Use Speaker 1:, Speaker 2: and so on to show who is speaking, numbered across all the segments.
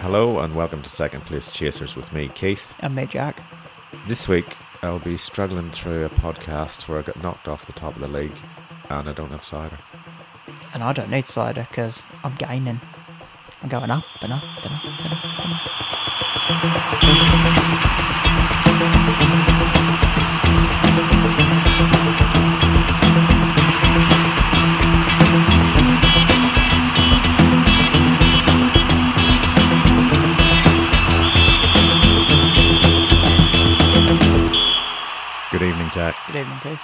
Speaker 1: Hello and welcome to Second Place Chasers with me, Keith.
Speaker 2: And me, Jack.
Speaker 1: This week I'll be struggling through a podcast where I got knocked off the top of the league and I don't have cider.
Speaker 2: And I don't need cider because I'm gaining. I'm going up and up and up and up. And up.
Speaker 1: Good evening, Jack.
Speaker 2: Good evening, Keith.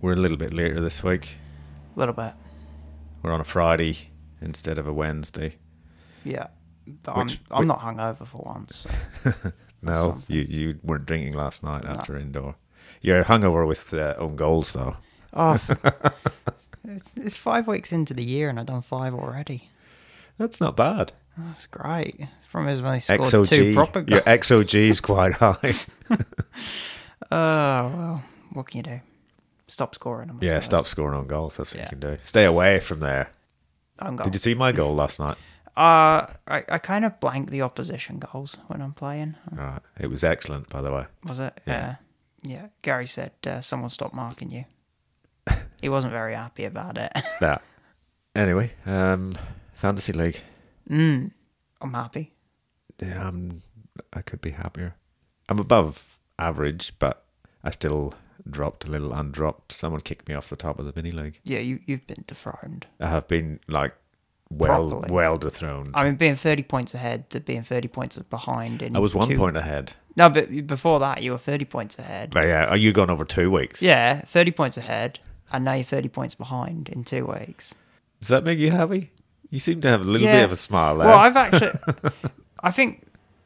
Speaker 1: We're a little bit later this week.
Speaker 2: A little bit.
Speaker 1: We're on a Friday instead of a Wednesday.
Speaker 2: Yeah. But
Speaker 1: Which-
Speaker 2: I'm, I'm
Speaker 1: which-
Speaker 2: not hungover for once. so.
Speaker 1: No, you, you weren't drinking last night after indoor. You're hungover with uh, own goals, though.
Speaker 2: Oh, f- it's, it's five weeks into the year and I've done five already.
Speaker 1: That's not bad.
Speaker 2: That's great. From as when I scored two
Speaker 1: XOG.
Speaker 2: proper
Speaker 1: Your
Speaker 2: goals.
Speaker 1: XOG is quite high.
Speaker 2: oh, well, what can you do? Stop scoring them. I
Speaker 1: yeah,
Speaker 2: suppose.
Speaker 1: stop scoring on goals. That's what
Speaker 2: Yeah. Oh.
Speaker 1: you can do. Stay away from there.
Speaker 2: Own goal.
Speaker 1: Did you see my goal last night?
Speaker 2: Uh, I, I kind of blank the opposition goals when I'm playing.
Speaker 1: All right. It was excellent, by the way.
Speaker 2: Was it?
Speaker 1: Yeah.
Speaker 2: Uh, yeah. Gary said uh, someone stopped marking you. he wasn't very happy about it.
Speaker 1: That. Anyway, um, fantasy league.
Speaker 2: mm, I'm happy.
Speaker 1: Yeah, I'm, I could be happier. I'm above average, but I still dropped a little and dropped. Someone kicked me off the top of the mini league.
Speaker 2: Yeah, you you've been dethroned.
Speaker 1: I have been like well,
Speaker 2: Properly.
Speaker 1: well dethroned.
Speaker 2: I mean, being 30 points ahead to being 30 points behind. In
Speaker 1: I was one
Speaker 2: two-
Speaker 1: point ahead.
Speaker 2: No, but before that, you were 30 points ahead.
Speaker 1: But yeah, are you gone over two weeks?
Speaker 2: Yeah, 30 points ahead, and now you're 30 points behind in two weeks.
Speaker 1: Does that make you happy? You seem to have a little
Speaker 2: Yeah.
Speaker 1: bit of a smile there.
Speaker 2: Well, I've actually, I think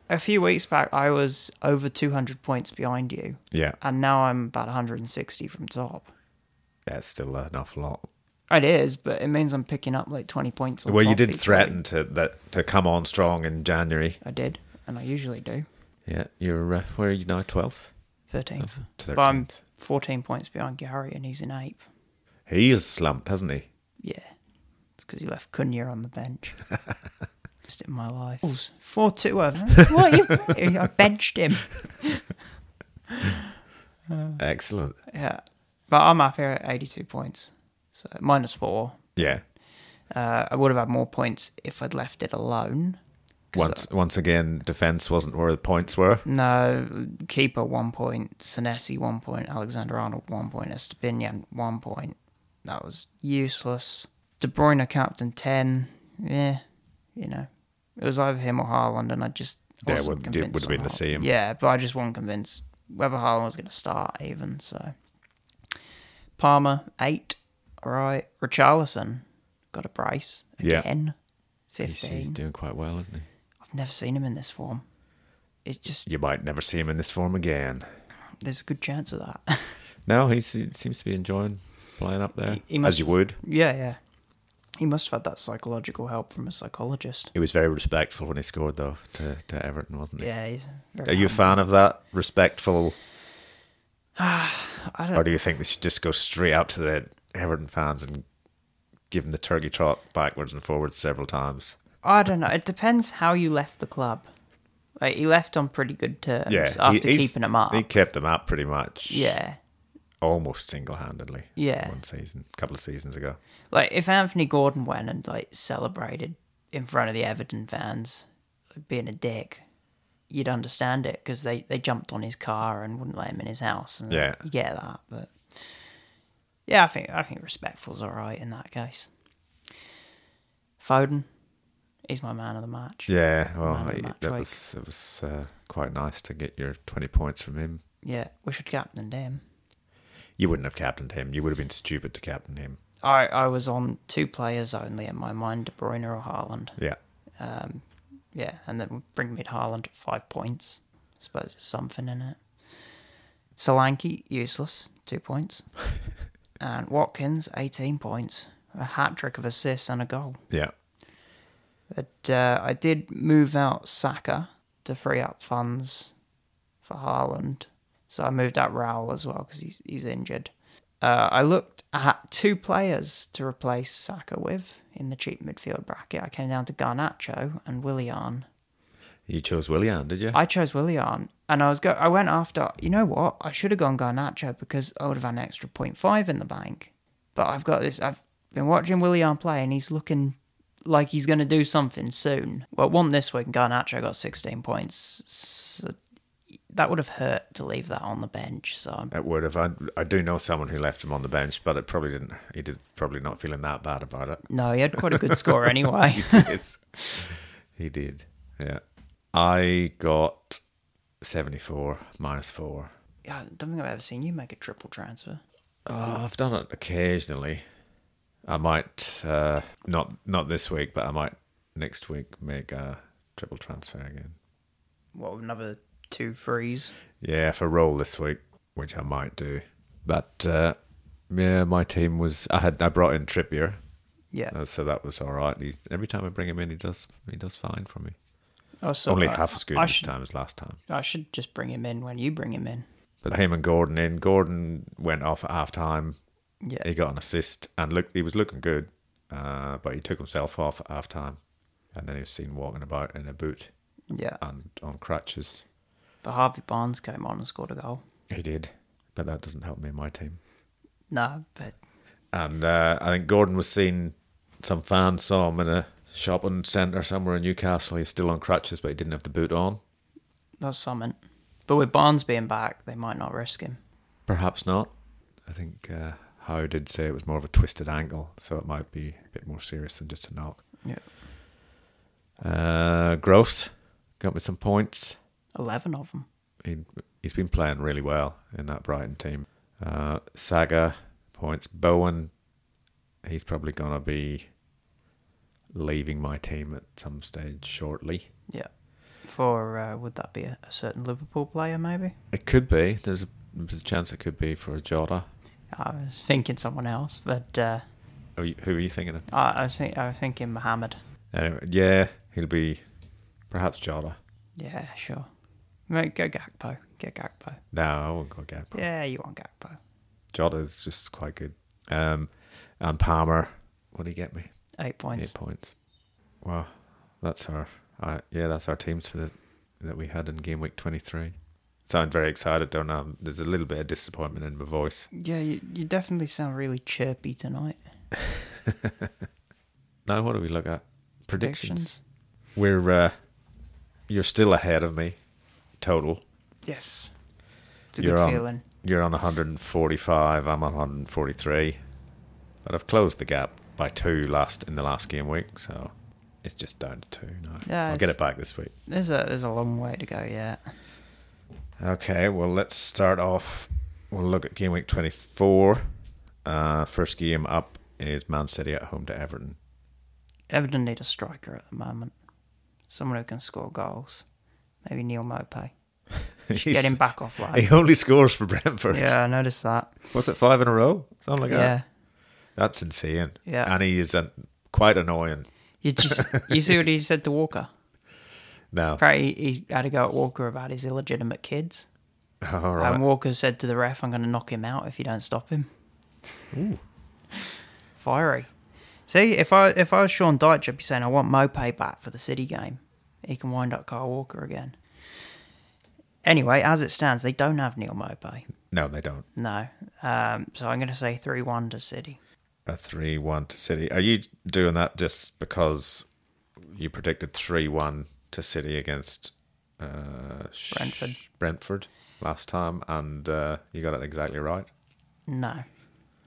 Speaker 2: a few weeks back, I was over 200 points behind you,
Speaker 1: yeah,
Speaker 2: and now I'm about 160 from top.
Speaker 1: yeah, it's still an awful lot.
Speaker 2: It is, but it means I'm picking up like 20 points. On
Speaker 1: Well, you
Speaker 2: top
Speaker 1: did
Speaker 2: each
Speaker 1: threaten
Speaker 2: week.
Speaker 1: to that to come on strong in January.
Speaker 2: I did, and I usually do.
Speaker 1: Yeah, you're uh, where are you now? Twelfth,
Speaker 2: 13th.
Speaker 1: thirteenth.
Speaker 2: But I'm 14 points behind Gary, and he's in 8th.
Speaker 1: He is slumped, hasn't he?
Speaker 2: Yeah. It's because he left Cunha on the bench. Best in my life. 4 2 over. What? You, I benched him. Oh.
Speaker 1: Excellent.
Speaker 2: Yeah. But I'm up here at 82 points. So minus 4.
Speaker 1: Yeah.
Speaker 2: Uh, I would have had more points if I'd left it alone. 'Cause,
Speaker 1: Once once again, defense wasn't where the points were.
Speaker 2: No, keeper one point, Senesi one point, Alexander Arnold one point, Estepinian one point. That was useless. De Bruyne captain ten. Yeah, you know, it was either him or Haaland, and I just
Speaker 1: Yeah, it
Speaker 2: wasn't
Speaker 1: would- it
Speaker 2: convinced
Speaker 1: would have
Speaker 2: on
Speaker 1: been the
Speaker 2: Haaland.
Speaker 1: same.
Speaker 2: Yeah, but I just wasn't convinced whether Haaland was going to start even. So Palmer eight. All right, Richarlison got a brace
Speaker 1: Yeah.
Speaker 2: again.
Speaker 1: He's,
Speaker 2: Fifteen.
Speaker 1: he's doing quite well, isn't he?
Speaker 2: I've never seen him in this form. It's just
Speaker 1: You might never see him in this form again.
Speaker 2: there's a good chance of that.
Speaker 1: No, he se- seems to be enjoying playing up there
Speaker 2: He- he must-
Speaker 1: as you would.
Speaker 2: yeah, yeah. He must have had that psychological help from a psychologist.
Speaker 1: He was very respectful when he scored, though, to, to Everton, wasn't he?
Speaker 2: Yeah, he's very
Speaker 1: Are you a fan of that respectful,
Speaker 2: hum- I
Speaker 1: or
Speaker 2: don't.
Speaker 1: do you think they should just go straight up to the Everton fans and give them the turkey trot backwards and forwards several times?
Speaker 2: I don't know. It depends how you left the club. Like he left on pretty good terms
Speaker 1: he-
Speaker 2: after
Speaker 1: he's-
Speaker 2: keeping him up.
Speaker 1: He kept them up pretty much.
Speaker 2: yeah,
Speaker 1: almost single-handedly.
Speaker 2: Yeah.
Speaker 1: one season, a couple of seasons ago.
Speaker 2: like if Anthony Gordon went and like celebrated in front of the Everton fans, like, being a dick, you'd understand it because they they jumped on his car and wouldn't let him in his house. And
Speaker 1: Yeah.
Speaker 2: you get that, but yeah, I think I think respectful's all right in that case. Foden, he's my man of the match.
Speaker 1: Yeah, well,
Speaker 2: Man of the
Speaker 1: I-
Speaker 2: match
Speaker 1: that
Speaker 2: week.
Speaker 1: was it was uh, quite nice to get your twenty points from him.
Speaker 2: yeah we should captain him.
Speaker 1: You wouldn't have captained him. You would have been stupid to captain him.
Speaker 2: I, I was on two players only in my mind, De Bruyne or Haaland.
Speaker 1: Yeah,
Speaker 2: Um, yeah, and then bring mid Haaland at five points. I suppose there's something in it. Solanke, useless, two points. and Watkins, 18 points. A hat trick of assists and a goal.
Speaker 1: yeah.
Speaker 2: But uh, I did move out Saka to free up funds for Haaland. So I moved out Raul as well because he's, he's injured. Uh, I looked at two players to replace Saka with in the cheap midfield bracket. I came down to Garnacho and Willian.
Speaker 1: You chose Willian, did you?
Speaker 2: I chose Willian, and I was go. I went after. You know what? I should have gone Garnacho because I would have had an extra 0.5 in the bank. But I've got this. I've been watching Willian play, and he's looking like he's going to do something soon. Well, one this week, and Garnacho got 16 points. So that would have hurt to leave that on the bench. So I'm
Speaker 1: It would have. I, I do know someone who left him on the bench, but it probably didn't. He did probably not feeling that bad about it.
Speaker 2: No, he had quite a good score anyway.
Speaker 1: Yes. he did. Yeah. I got 74 minus 4.
Speaker 2: Yeah, I don't think I've ever seen you make a triple transfer.
Speaker 1: Uh, I've done it occasionally. I might uh, not not this week, but I might next week make a triple transfer again.
Speaker 2: What, another two threes?
Speaker 1: Yeah, if I roll this week, which I might do. But uh, yeah, my team was I had I brought in Trippier,
Speaker 2: Yeah.
Speaker 1: uh, so that was all right. He's, every time I bring him in, he does he does fine for me.
Speaker 2: Oh, so
Speaker 1: Only
Speaker 2: I-
Speaker 1: half as good
Speaker 2: I
Speaker 1: this
Speaker 2: should,
Speaker 1: time as last time.
Speaker 2: I should just bring him in when you bring him in.
Speaker 1: But him and Gordon in. Gordon went off at half time.
Speaker 2: Yeah.
Speaker 1: He got an assist and looked he was looking good. Uh, but he took himself off at half time. And then he was seen walking about in a boot
Speaker 2: yeah.
Speaker 1: and on crutches.
Speaker 2: But Harvey Barnes came on and scored a goal.
Speaker 1: He did. But that doesn't help me in my team.
Speaker 2: No, but
Speaker 1: And uh, I think Gordon was seen some fans saw him in a shopping centre somewhere in Newcastle. He's still on crutches but he didn't have the boot on.
Speaker 2: that's something. But with Barnes being back, they might not risk him.
Speaker 1: Perhaps not. I think uh, Howe did say it was more of a twisted ankle, so it might be a bit more serious than just a knock.
Speaker 2: Yeah.
Speaker 1: Uh, Gross got me some points.
Speaker 2: 11 of them.
Speaker 1: He he's been playing really well in that Brighton team. Uh, Saga points. Bowen, he's probably gonna be leaving my team at some stage shortly.
Speaker 2: Yeah. For, uh, would that be a, a certain Liverpool player, maybe?
Speaker 1: It could be. There's a, there's a chance it could be for a Jota.
Speaker 2: I was thinking someone else, but uh,
Speaker 1: Who are you, who are you thinking of?
Speaker 2: I, I, was think, I was thinking Mohammed.
Speaker 1: Anyway, yeah, he'll be perhaps Jota.
Speaker 2: Yeah, sure. Right, go Gakpo. Get Gakpo.
Speaker 1: No, I won't go Gakpo.
Speaker 2: Yeah, you want Gakpo.
Speaker 1: Jota's just quite good. Um, and Palmer, what did he get me?
Speaker 2: Eight points.
Speaker 1: Eight points. Wow, that's our uh, yeah, that's our teams for the that we had in game week twenty three. Sound very excited, don't I? There's a little bit of disappointment in my voice.
Speaker 2: Yeah, you, you definitely sound really chirpy tonight.
Speaker 1: Now, what do we look at? Predictions. We're uh, you're still ahead of me, total.
Speaker 2: Yes. It's a
Speaker 1: You're
Speaker 2: good
Speaker 1: on.
Speaker 2: feeling.
Speaker 1: You're on 145. I'm on 143, but I've closed the gap by two last in the last game week, so it's just down to two now.
Speaker 2: Yeah,
Speaker 1: I'll get
Speaker 2: it's-
Speaker 1: it back this week.
Speaker 2: There's a there's a long way to go yet.
Speaker 1: Okay, well, let's start off. We'll look at game week 24. Uh, first game up is Man City at home to Everton.
Speaker 2: Everton need a striker at the moment. Someone who can score goals. Maybe Neil Mopey. Get him back
Speaker 1: He
Speaker 2: offline.
Speaker 1: only scores for Brentford.
Speaker 2: Yeah, I noticed that.
Speaker 1: Was it five in a row? Something like
Speaker 2: yeah.
Speaker 1: that. That's insane.
Speaker 2: Yeah.
Speaker 1: And he is uh, quite annoying
Speaker 2: You just you see what he said to Walker?
Speaker 1: now.
Speaker 2: Apparently he had a go at Walker about his illegitimate kids.
Speaker 1: All right.
Speaker 2: And Walker said to the ref, I'm going to knock him out if you don't stop him.
Speaker 1: Ooh.
Speaker 2: Fiery. See, if I if I was Sean Dyche, I'd be saying I want Mopay back for the City game. He can wind up Kyle Walker again. Anyway, as it stands, they don't have Neil Mopay.
Speaker 1: No, they don't.
Speaker 2: No. Um, so I'm going to say 3 1 to City.
Speaker 1: A 3 1 to City. Are you doing that just because you predicted 3 1 to City against uh, Sh-
Speaker 2: Brentford.
Speaker 1: Brentford last time and uh, you got it exactly right?
Speaker 2: No.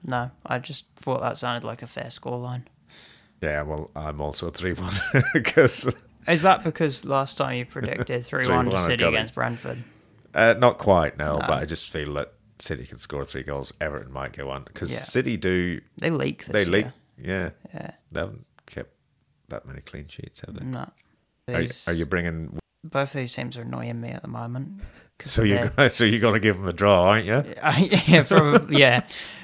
Speaker 2: No. I just thought that sounded like a fair scoreline.
Speaker 1: Yeah, well, I'm also 3 1 because
Speaker 2: Is that because last time you predicted 3 1 to
Speaker 1: 3-1, I
Speaker 2: City
Speaker 1: got it.
Speaker 2: against Brentford?
Speaker 1: uh, not quite, no,
Speaker 2: No.
Speaker 1: but I just feel that City can score three goals. Everton might go on because
Speaker 2: Yeah.
Speaker 1: City do,
Speaker 2: They leak this
Speaker 1: they
Speaker 2: year.
Speaker 1: leak. Yeah.
Speaker 2: Yeah.
Speaker 1: They haven't kept that many clean sheets, have they?
Speaker 2: No.
Speaker 1: Are, you-
Speaker 2: These-
Speaker 1: are you bringing.
Speaker 2: both these teams are annoying me at the moment. 'cause
Speaker 1: So you're,
Speaker 2: they're-
Speaker 1: gonna, so you're going to give them a draw, aren't you?
Speaker 2: yeah, probably, yeah,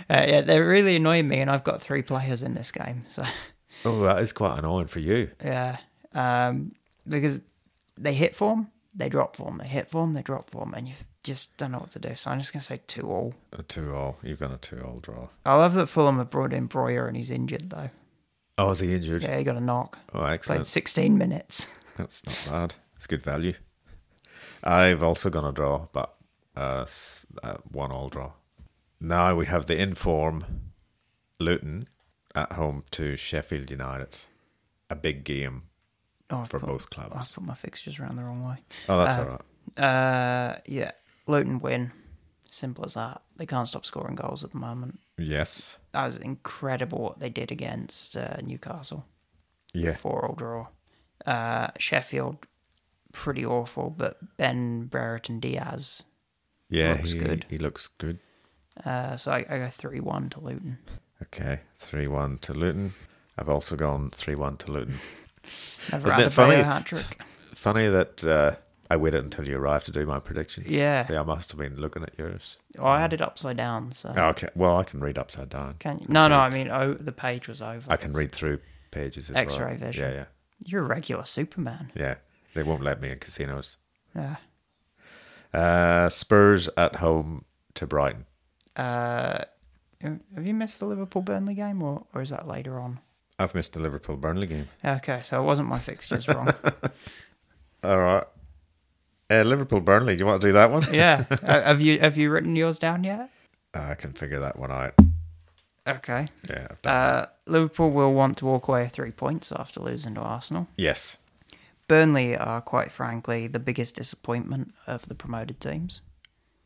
Speaker 2: uh, yeah. They're really annoying me, and I've got three players in this game, so
Speaker 1: Oh, that is quite annoying for you.
Speaker 2: yeah, um, because they hit form, they drop form, they hit form, they drop form, and you just don't know what to do. So I'm just going to say 2 all.
Speaker 1: A two all. You've got a two all draw.
Speaker 2: I love that Fulham have brought in Breuer and he's injured, though.
Speaker 1: Oh, is he injured?
Speaker 2: Yeah, he got a knock.
Speaker 1: Oh,
Speaker 2: Played
Speaker 1: excellent.
Speaker 2: 16 minutes.
Speaker 1: That's not bad. It's good value. I've also gone a draw, but uh, s- uh, one all draw. Now we have the inform Luton at home to Sheffield United. A big game
Speaker 2: Oh, I've
Speaker 1: for
Speaker 2: put-
Speaker 1: both
Speaker 2: I've
Speaker 1: clubs.
Speaker 2: put my fixtures around the wrong way.
Speaker 1: Oh, that's
Speaker 2: uh,
Speaker 1: all right.
Speaker 2: Uh, yeah, Luton win. Simple as that. They can't stop scoring goals at the moment.
Speaker 1: Yes.
Speaker 2: That was incredible what they did against uh, Newcastle.
Speaker 1: Yeah.
Speaker 2: Four all draw. Uh, Sheffield, pretty awful, but Ben Brereton Diaz.
Speaker 1: Yeah.
Speaker 2: Looks
Speaker 1: he,
Speaker 2: good.
Speaker 1: he looks good.
Speaker 2: Uh, so I, I go 3 1 to Luton.
Speaker 1: Okay. 3 1 to Luton. I've also gone 3 1 to Luton.
Speaker 2: Never
Speaker 1: Isn't
Speaker 2: had
Speaker 1: it
Speaker 2: a funny?
Speaker 1: funny?
Speaker 2: hat trick.
Speaker 1: Funny that uh, I waited until you arrived to do my predictions.
Speaker 2: Yeah.
Speaker 1: I must have been looking at yours.
Speaker 2: Well, Oh, I had it upside down, so.
Speaker 1: Oh, Okay. Well, I can read upside down.
Speaker 2: Can you? No, no, I mean, oh, the page was over.
Speaker 1: I can read through pages as well.
Speaker 2: X-ray vision.
Speaker 1: Yeah, yeah,
Speaker 2: You're a regular Superman.
Speaker 1: yeah. They won't let me in casinos.
Speaker 2: Yeah.
Speaker 1: Uh, Spurs at home to Brighton.
Speaker 2: Uh, have you missed the Liverpool Burnley game, or, or is that later on?
Speaker 1: I've missed the Liverpool Burnley game.
Speaker 2: Okay, so it wasn't my fixtures wrong.
Speaker 1: All right. Uh, Liverpool Burnley. Do you want to do that one?
Speaker 2: yeah, Uh, have you have you written yours down yet?
Speaker 1: Uh, I can figure that one out.
Speaker 2: Okay.
Speaker 1: Yeah, I've done.
Speaker 2: Uh, Liverpool will want to walk away with three points after losing to Arsenal.
Speaker 1: yes.
Speaker 2: Burnley are quite frankly the biggest disappointment of the promoted teams.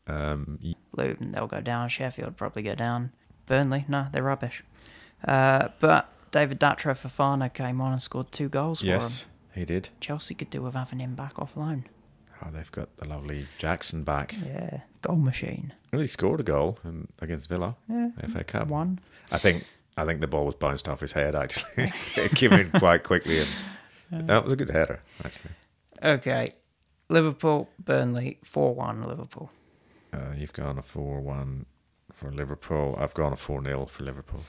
Speaker 1: Um, y-
Speaker 2: Luton, they'll go down. Sheffield probably go down. Burnley, no, they're rubbish. Uh, but David Datra Fafana came on and scored two goals for
Speaker 1: yes,
Speaker 2: them.
Speaker 1: he did.
Speaker 2: Chelsea could do with having him back off loan.
Speaker 1: Oh, they've got the lovely Jackson back.
Speaker 2: Yeah, goal machine.
Speaker 1: Well, he scored a goal in, against Villa.
Speaker 2: Yeah,
Speaker 1: FA Cup.
Speaker 2: One.
Speaker 1: I think I think the ball was bounced off his head. Actually, it came in quite quickly, and that was a good header. Actually,
Speaker 2: Okay. Liverpool, Burnley, 4 1 Liverpool.
Speaker 1: uh, you've gone a four-one for Liverpool. I've gone a four-nil for Liverpool.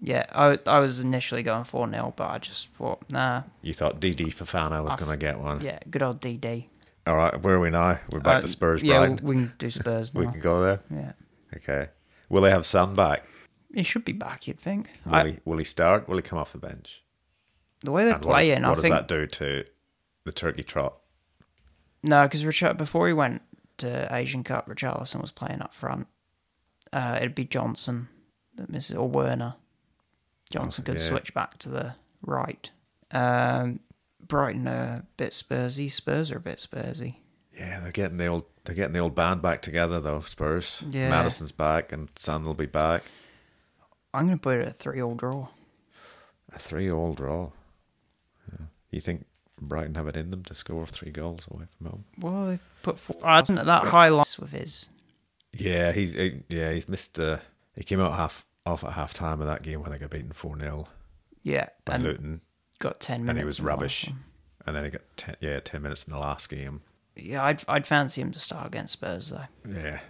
Speaker 2: Yeah, I, I was initially going 4 0, but I just thought, nah,
Speaker 1: You thought DD Fafana was going to get one.
Speaker 2: yeah, good old DD.
Speaker 1: All right, where are we now? We're back
Speaker 2: Uh,
Speaker 1: to Spurs,
Speaker 2: Yeah, uh-huh.
Speaker 1: Brighton.
Speaker 2: we can do Spurs
Speaker 1: We
Speaker 2: now.
Speaker 1: can go there.
Speaker 2: Yeah.
Speaker 1: Okay. Will they have Sun back?
Speaker 2: He should be back, you'd think.
Speaker 1: Will,
Speaker 2: I,
Speaker 1: he, will he start? Will he come off the bench?
Speaker 2: the way they're
Speaker 1: And what, is,
Speaker 2: playing,
Speaker 1: what
Speaker 2: I
Speaker 1: does
Speaker 2: think.
Speaker 1: that do to the turkey trot?
Speaker 2: No, because Richard before he went to Asian Cup, Richarlison was playing up front. Uh, it'd be Johnson that misses or Werner. Johnson could
Speaker 1: yeah.
Speaker 2: switch back to the right. Um, Brighton are a bit Spursy. Spurs are a bit Spursy.
Speaker 1: Yeah, they're getting the old they're getting the old band back together though. Spurs.
Speaker 2: Yeah.
Speaker 1: Madison's back and Sun will be back.
Speaker 2: I'm going to put it at a three-all draw.
Speaker 1: A three-all draw. Yeah. You think Brighton have it in them to score three goals away from home?
Speaker 2: Well, they put four. I wasn't at that high line with his.
Speaker 1: Yeah, he's he, yeah he's missed. Uh, he came out half off at half time of that game when they got beaten four 0
Speaker 2: Yeah,
Speaker 1: by
Speaker 2: and
Speaker 1: Luton,
Speaker 2: got ten minutes.
Speaker 1: and he was
Speaker 2: in the last
Speaker 1: rubbish.
Speaker 2: one.
Speaker 1: And then he got ten, yeah ten minutes in the last game.
Speaker 2: Yeah, I'd I'd fancy him to start against Spurs though.
Speaker 1: Yeah,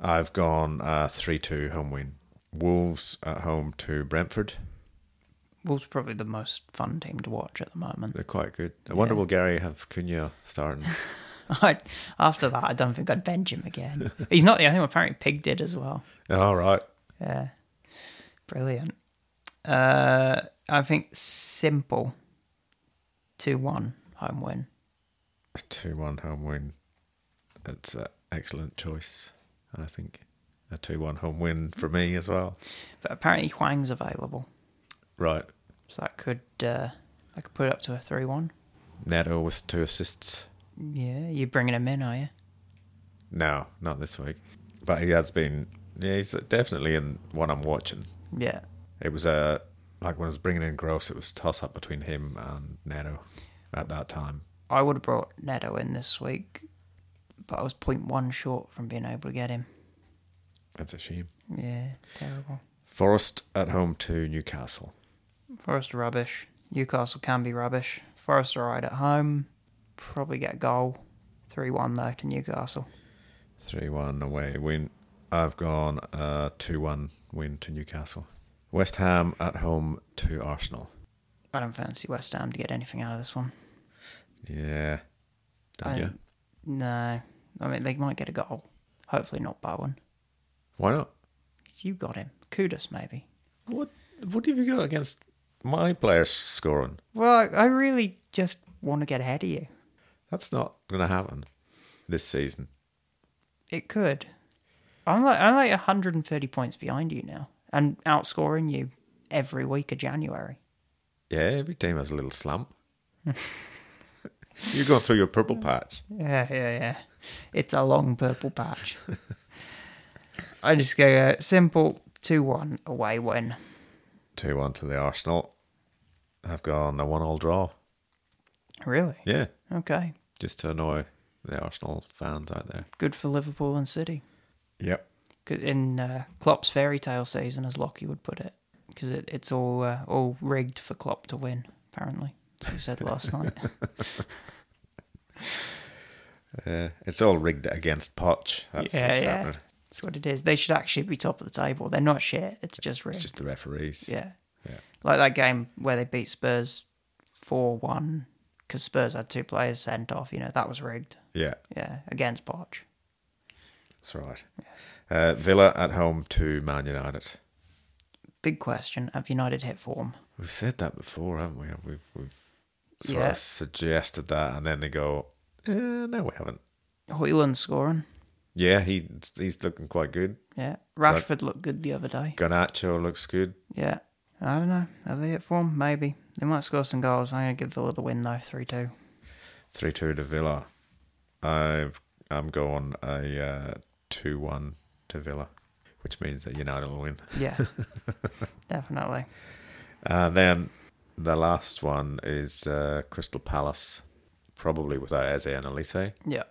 Speaker 1: I've gone uh, three two home win. Wolves at home to Brentford.
Speaker 2: Wolves are probably the most fun team to watch at the moment.
Speaker 1: They're quite good. I wonder will Gary have Cunha starting?
Speaker 2: I, after that, I don't think I'd bench him again. He's not the only one. Apparently, Pig did as well.
Speaker 1: All right.
Speaker 2: Yeah, brilliant. Uh, I think simple two one home win.
Speaker 1: Two one home win. That's an excellent choice. I think a two one home win for me as well.
Speaker 2: But apparently, Huang's available,
Speaker 1: Right.
Speaker 2: so that could uh, I could put it up to a three one.
Speaker 1: Neto with two assists.
Speaker 2: Yeah, you're bringing him in, are you?
Speaker 1: No, not this week. But he has been. Yeah, he's definitely in one I'm watching.
Speaker 2: Yeah.
Speaker 1: It was a like when I was bringing in Gross, it was toss up between him and Neto at that time.
Speaker 2: I would have brought Neto in this week, but I was 0.1 short from being able to get him.
Speaker 1: That's a shame.
Speaker 2: Yeah, terrible.
Speaker 1: Forest at home to Newcastle.
Speaker 2: Forest are rubbish. Newcastle can be rubbish. Forest are right at home. Probably get a goal. 3 1 though to Newcastle.
Speaker 1: Three one away win. I've gone a two one win to Newcastle. West Ham at home to Arsenal.
Speaker 2: I don't fancy West Ham to get anything out of this one.
Speaker 1: Yeah. Don't
Speaker 2: I-
Speaker 1: you?
Speaker 2: No. I mean, they might get a goal. Hopefully not Bowen.
Speaker 1: Why not?
Speaker 2: You got him. Kudus, maybe.
Speaker 1: What What have you got against my players scoring?
Speaker 2: Well, I, I really just want to get ahead of you.
Speaker 1: That's not going to happen this season.
Speaker 2: It could. I'm like I'm like 130 points behind you now, and outscoring you every week of January.
Speaker 1: Yeah, every team has a little slump. You're going through your purple patch.
Speaker 2: Yeah, yeah, yeah. It's a long purple patch. I just go uh, simple two one away win.
Speaker 1: 2 1 to the Arsenal. I've gone a 1 all draw.
Speaker 2: Really?
Speaker 1: Yeah,
Speaker 2: Okay.
Speaker 1: just to annoy the Arsenal fans out there.
Speaker 2: Good for Liverpool and City.
Speaker 1: Yep.
Speaker 2: Good- In uh, Klopp's fairy tale season, as Lockie would put it, because it, it's all uh, all rigged for Klopp to win. Apparently, that's what he said last night.
Speaker 1: Uh, it's all rigged against Poch. That's
Speaker 2: Yeah,
Speaker 1: what's
Speaker 2: yeah.
Speaker 1: happening.
Speaker 2: That's what it is. They should actually be top of the table. They're not shit. It's just rigged.
Speaker 1: It's just the referees.
Speaker 2: Yeah.
Speaker 1: Yeah.
Speaker 2: Like that game where they beat Spurs 4 1 because Spurs had two players sent off. You know, that was rigged.
Speaker 1: Yeah,
Speaker 2: Yeah. Against Poch.
Speaker 1: that's right. Uh, Villa at home to Man United.
Speaker 2: Big question. Have United hit form?
Speaker 1: We've said that before, haven't we? We've, we've sort
Speaker 2: Yeah.
Speaker 1: of suggested that, and then they go, eh, "No, we haven't."
Speaker 2: Hoyland scoring.
Speaker 1: Yeah, he he's looking quite good.
Speaker 2: Yeah. Rashford looked good the other day.
Speaker 1: Garnacho looks good.
Speaker 2: Yeah. I don't know. Have they hit form? Maybe. They might score some goals. I'm going to give Villa the win, though 3 2.
Speaker 1: Three two to Villa. I've I'm going a uh, two one to Villa, which means that United will win.
Speaker 2: Yeah. Definitely.
Speaker 1: And Uh, then the last one is uh, Crystal Palace, probably without Eze and Elise,
Speaker 2: Yeah.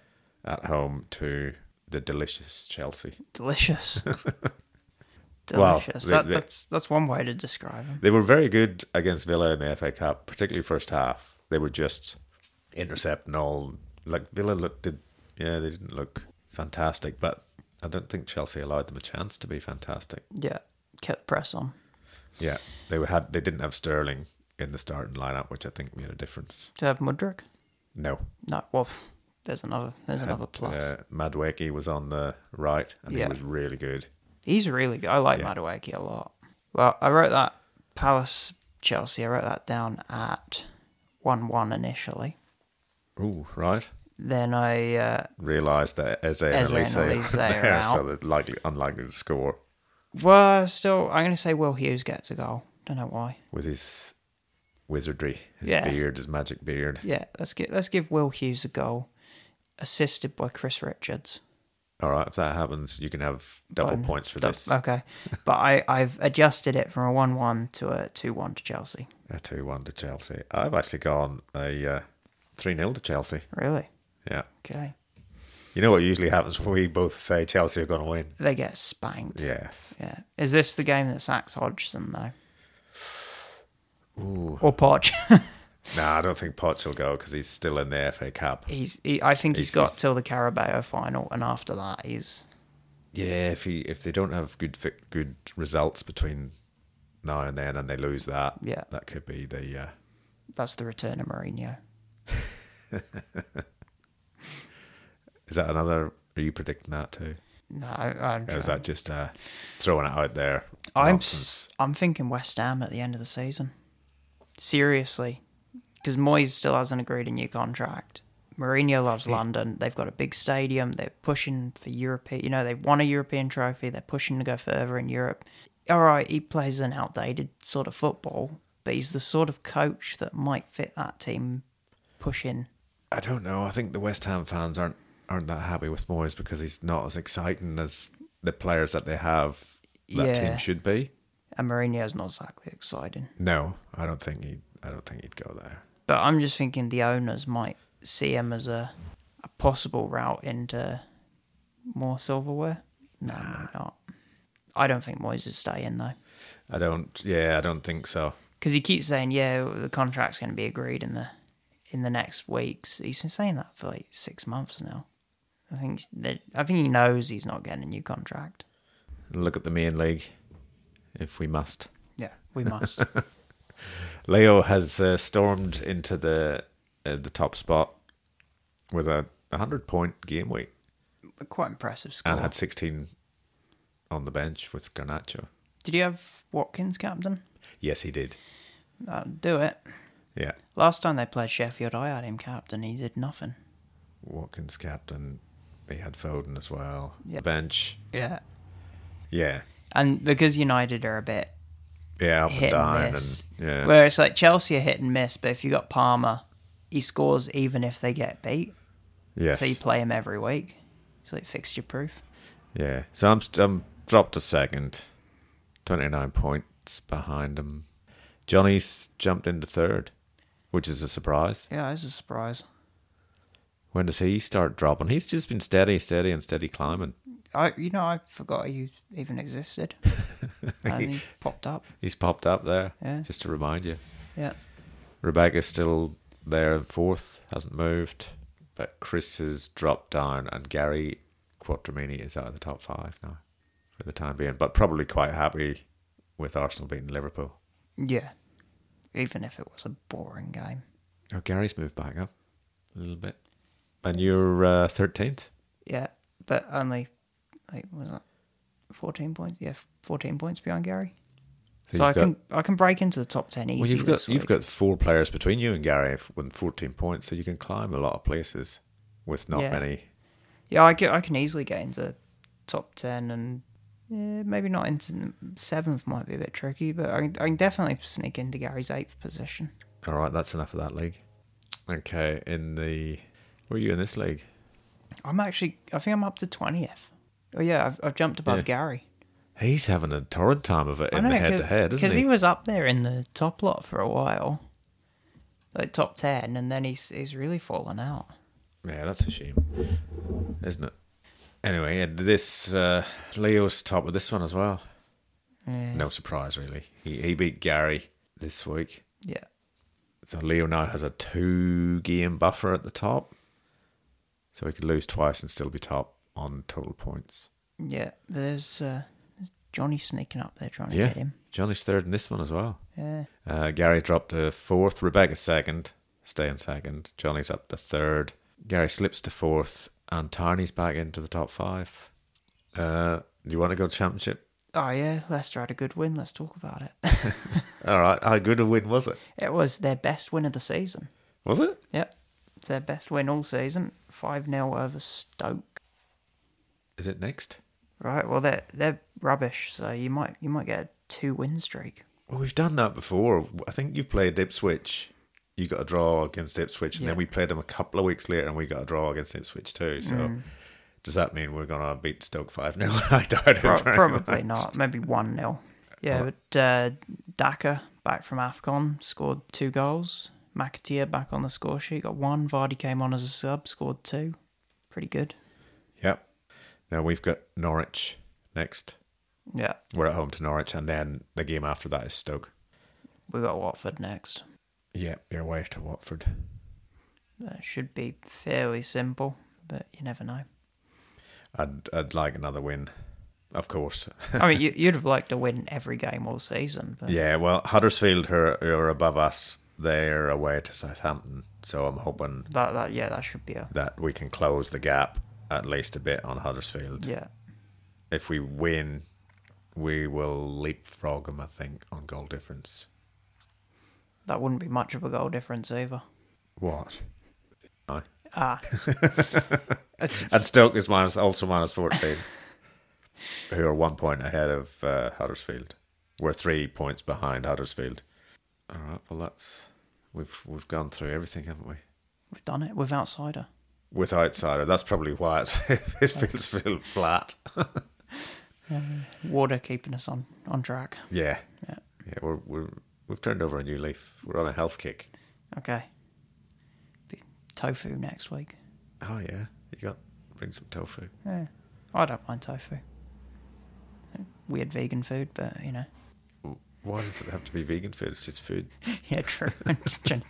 Speaker 1: at home to the delicious Chelsea.
Speaker 2: Delicious.
Speaker 1: Well,
Speaker 2: Delicious.
Speaker 1: they-
Speaker 2: that,
Speaker 1: they-
Speaker 2: that's that's one way to describe them.
Speaker 1: They were very good against Villa in the FA Cup, particularly first half. They were just intercepting all. Like Villa looked, did yeah, they didn't look fantastic, but I don't think Chelsea allowed them a chance to be fantastic.
Speaker 2: Yeah. Kept the press on.
Speaker 1: Yeah, they had they didn't have Sterling in the starting lineup, which I think made a difference.
Speaker 2: To have Mudrick?
Speaker 1: No,
Speaker 2: No, well, there's another there's another
Speaker 1: And,
Speaker 2: plus.
Speaker 1: Uh, Madueke was on the right, and
Speaker 2: Yeah.
Speaker 1: he was really good.
Speaker 2: He's really good. I like
Speaker 1: Yeah.
Speaker 2: Madueke a lot. Well, I wrote that Palace Chelsea. I wrote that down at one one initially.
Speaker 1: Ooh, right.
Speaker 2: Then I uh,
Speaker 1: Realised that Eze and
Speaker 2: Eze and
Speaker 1: Elise are
Speaker 2: Elise are
Speaker 1: there, so
Speaker 2: out.
Speaker 1: they're likely unlikely to score
Speaker 2: well still I'm gonna say Will Hughes gets a goal. Don't know why.
Speaker 1: with his wizardry, his
Speaker 2: Yeah.
Speaker 1: beard, his magic beard.
Speaker 2: Yeah, let's give let's give Will Hughes a goal, assisted by Chris Richards.
Speaker 1: All right, if that happens, you can have double
Speaker 2: Um,
Speaker 1: points for
Speaker 2: Dub-
Speaker 1: this.
Speaker 2: Okay, but I I've adjusted it from a one one to a two one to Chelsea.
Speaker 1: A two-one to Chelsea. I've actually gone a uh, three 0 to Chelsea.
Speaker 2: Really?
Speaker 1: Yeah,
Speaker 2: Okay.
Speaker 1: you know what usually happens when we both say Chelsea are going to win.
Speaker 2: They get spanked.
Speaker 1: Yes.
Speaker 2: Yeah. Is this the game that sacks Hodgson though?
Speaker 1: Ooh.
Speaker 2: Or Poch?
Speaker 1: No, I don't think Poch will go because he's still in the FA Cup.
Speaker 2: he's. He, I think he's
Speaker 1: He's-
Speaker 2: got
Speaker 1: he's-
Speaker 2: till the Carabao final, and after that, he's.
Speaker 1: Yeah, if he if they don't have good fi- good results between now and then, and they lose that,
Speaker 2: Yeah.
Speaker 1: that could be the uh,
Speaker 2: That's the return of Mourinho.
Speaker 1: is that another? Are you predicting that too,
Speaker 2: No, I,
Speaker 1: or
Speaker 2: I,
Speaker 1: is that just uh, throwing it out there?
Speaker 2: I'm.
Speaker 1: nonsense?
Speaker 2: I'm thinking West Ham at the end of the season. Seriously, because Moyes still hasn't agreed a new contract. Mourinho loves London. They've got a big stadium. They're pushing for European. You know, they won a European trophy. They're pushing to go further in Europe. All right, he plays an outdated sort of football, but he's the sort of coach that might fit that team pushing.
Speaker 1: I don't know. I think the West Ham fans aren't aren't that happy with Moyes because he's not as exciting as the players that they have. That
Speaker 2: Yeah.
Speaker 1: team should be.
Speaker 2: And Mourinho's not exactly exciting.
Speaker 1: No, I don't think he. I don't think he'd go there.
Speaker 2: But I'm just thinking the owners might see him as a, a possible route into more silverware. No, maybe not. I don't think Moyes is staying though,
Speaker 1: I don't. Yeah, I don't think so.
Speaker 2: because he keeps saying, "Yeah, the contract's going to be agreed in the in the next weeks." He's been saying that for like six months now. I think he's- that- I think he knows he's not getting a new contract.
Speaker 1: Look at the main league, if we must.
Speaker 2: Yeah, we must.
Speaker 1: Leo has uh, stormed into the uh, the top spot with a 100 point game week.
Speaker 2: a quite impressive score.
Speaker 1: and had 16 on the bench with Garnacho.
Speaker 2: Did you have Watkins captain?
Speaker 1: Yes, he did.
Speaker 2: That'll do it.
Speaker 1: Yeah.
Speaker 2: Last time they played Sheffield, I had him captain. He did nothing.
Speaker 1: Watkins captain. He had Foden as well.
Speaker 2: Yeah.
Speaker 1: Bench.
Speaker 2: Yeah.
Speaker 1: Yeah.
Speaker 2: And because United are a bit
Speaker 1: Yeah, up and
Speaker 2: hit
Speaker 1: down.
Speaker 2: and miss,
Speaker 1: And, yeah.
Speaker 2: whereas like Chelsea are hit and miss, but if you got Palmer, he scores even if they get beat.
Speaker 1: yes.
Speaker 2: So you play him every week. He's like fixture proof.
Speaker 1: Yeah. So I'm, st- I'm dropped a second, 29 points behind him. Johnny's jumped into third, which is a surprise.
Speaker 2: Yeah, it was a surprise.
Speaker 1: When does he start dropping? He's just been steady, steady, and steady climbing.
Speaker 2: I, you know, I forgot you even existed, and he popped up.
Speaker 1: He's popped up there,
Speaker 2: Yeah.
Speaker 1: just to remind you.
Speaker 2: Yeah,
Speaker 1: Rebecca's still there, fourth, hasn't moved. But Chris has dropped down, and Gary Quattramini is out of the top five now for the time being, but probably quite happy with Arsenal beating Liverpool.
Speaker 2: yeah. Even if it was a boring game.
Speaker 1: Oh, Gary's moved back up a little bit. And you're uh, 13th?
Speaker 2: Yeah, but only like what was that fourteen points? Yeah, fourteen points behind Gary. So, I
Speaker 1: you've got-
Speaker 2: can I can break into the top ten easy.
Speaker 1: Well, you've
Speaker 2: this
Speaker 1: got you've
Speaker 2: week.
Speaker 1: got four players between you and Gary f- with 14 points, so you can climb a lot of places with not
Speaker 2: Yeah.
Speaker 1: many.
Speaker 2: yeah. I can I can easily get into top ten and yeah, maybe not into seventh might be a bit tricky, but I can, I can definitely sneak into Gary's eighth position.
Speaker 1: All right, that's enough of that league. Okay, in the were you in this league?
Speaker 2: I'm actually I think I'm up to twentieth. Oh yeah, I've, I've jumped above
Speaker 1: Yeah.
Speaker 2: Gary.
Speaker 1: He's having a torrid time of it in the head to head, isn't
Speaker 2: Because
Speaker 1: he?
Speaker 2: he was up there in the top lot for a while, like top ten, and then he's he's really fallen out.
Speaker 1: Yeah, that's a shame, isn't it? Anyway, and this uh, Leo's top with this one as well.
Speaker 2: Yeah.
Speaker 1: No surprise, really. He, he beat Gary this week.
Speaker 2: Yeah.
Speaker 1: So Leo now has a two game buffer at the top. So he could lose twice and still be top on total points.
Speaker 2: Yeah, but there's, uh, there's Johnny sneaking up there trying to
Speaker 1: Yeah.
Speaker 2: get him.
Speaker 1: Johnny's third in this one as well.
Speaker 2: Yeah,
Speaker 1: Uh, Gary dropped to fourth. Rebecca's second, staying second. Johnny's up to third. Gary slips to fourth, and Tarney's back into the top five. Uh, do you want to go championship?
Speaker 2: Oh yeah, Leicester had a good win. Let's talk about it.
Speaker 1: All right. How good a win was it?
Speaker 2: it was their best win of the season.
Speaker 1: Was it?
Speaker 2: Yep, it's their best win all season. Five 0 over Stoke.
Speaker 1: Is it next?
Speaker 2: Right. Well, they're they're rubbish. So you might you might get a two win streak.
Speaker 1: Well, we've done that before. I think you played Ipswich. You got a draw against Ipswich, and then
Speaker 2: Yeah.
Speaker 1: we played them a couple of weeks later, and we got a draw against Ipswich too. So,
Speaker 2: Mm.
Speaker 1: does that mean we're gonna beat Stoke five 0 I doubt it.
Speaker 2: Pro-
Speaker 1: very
Speaker 2: probably
Speaker 1: much.
Speaker 2: not. Maybe one 0 Yeah, but uh, Daka back from Afcon scored two goals. Makatia back on the score sheet got one. Vardy came on as a sub, scored two. Pretty good.
Speaker 1: Yep. Now we've got Norwich next.
Speaker 2: Yeah.
Speaker 1: We're at home to Norwich, and then the game after that is Stoke.
Speaker 2: We got Watford next.
Speaker 1: Yep, you're away to Watford.
Speaker 2: That should be fairly simple, but you never know.
Speaker 1: I'd I'd like another win, of course.
Speaker 2: I mean, you, you'd have liked to win every game all season, but
Speaker 1: yeah, well, Huddersfield who are, who are above us. They're away to Southampton, so I'm hoping
Speaker 2: that, that yeah, that should be a
Speaker 1: that we can close the gap at least a bit on Huddersfield.
Speaker 2: yeah.
Speaker 1: If we win, we will leapfrog them, I think, on goal difference.
Speaker 2: That wouldn't be much of a goal difference either.
Speaker 1: What?
Speaker 2: Ah, it's,
Speaker 1: And Stoke is minus, also minus 14, who are one point ahead of uh, Huddersfield. We're three points behind Huddersfield. All right, well, that's. We've, we've gone through everything, haven't we?
Speaker 2: we've done it with outsider.
Speaker 1: With outsider, that's probably why it's, it feels feel flat.
Speaker 2: Water keeping us on on track.
Speaker 1: Yeah, yeah, We're, we're we've turned over a new leaf. We're on a health kick.
Speaker 2: Okay. Be tofu next week.
Speaker 1: Oh yeah, you got bring some tofu.
Speaker 2: Yeah, I don't mind tofu. Weird vegan food, but you know.
Speaker 1: Why does it have to be vegan food? It's just food.
Speaker 2: Yeah, true. I'm just trying,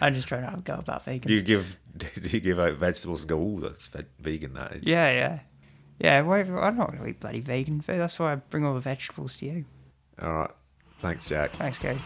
Speaker 2: I'm just trying to have a go about vegans.
Speaker 1: Do you give do you give out vegetables and go? Oh, that's ve- vegan. That is.
Speaker 2: Yeah, yeah. Yeah, why- I'm not going to eat bloody vegan food. That's why I bring all the vegetables to you.
Speaker 1: All right. Thanks, Jack.
Speaker 2: Thanks, Gary.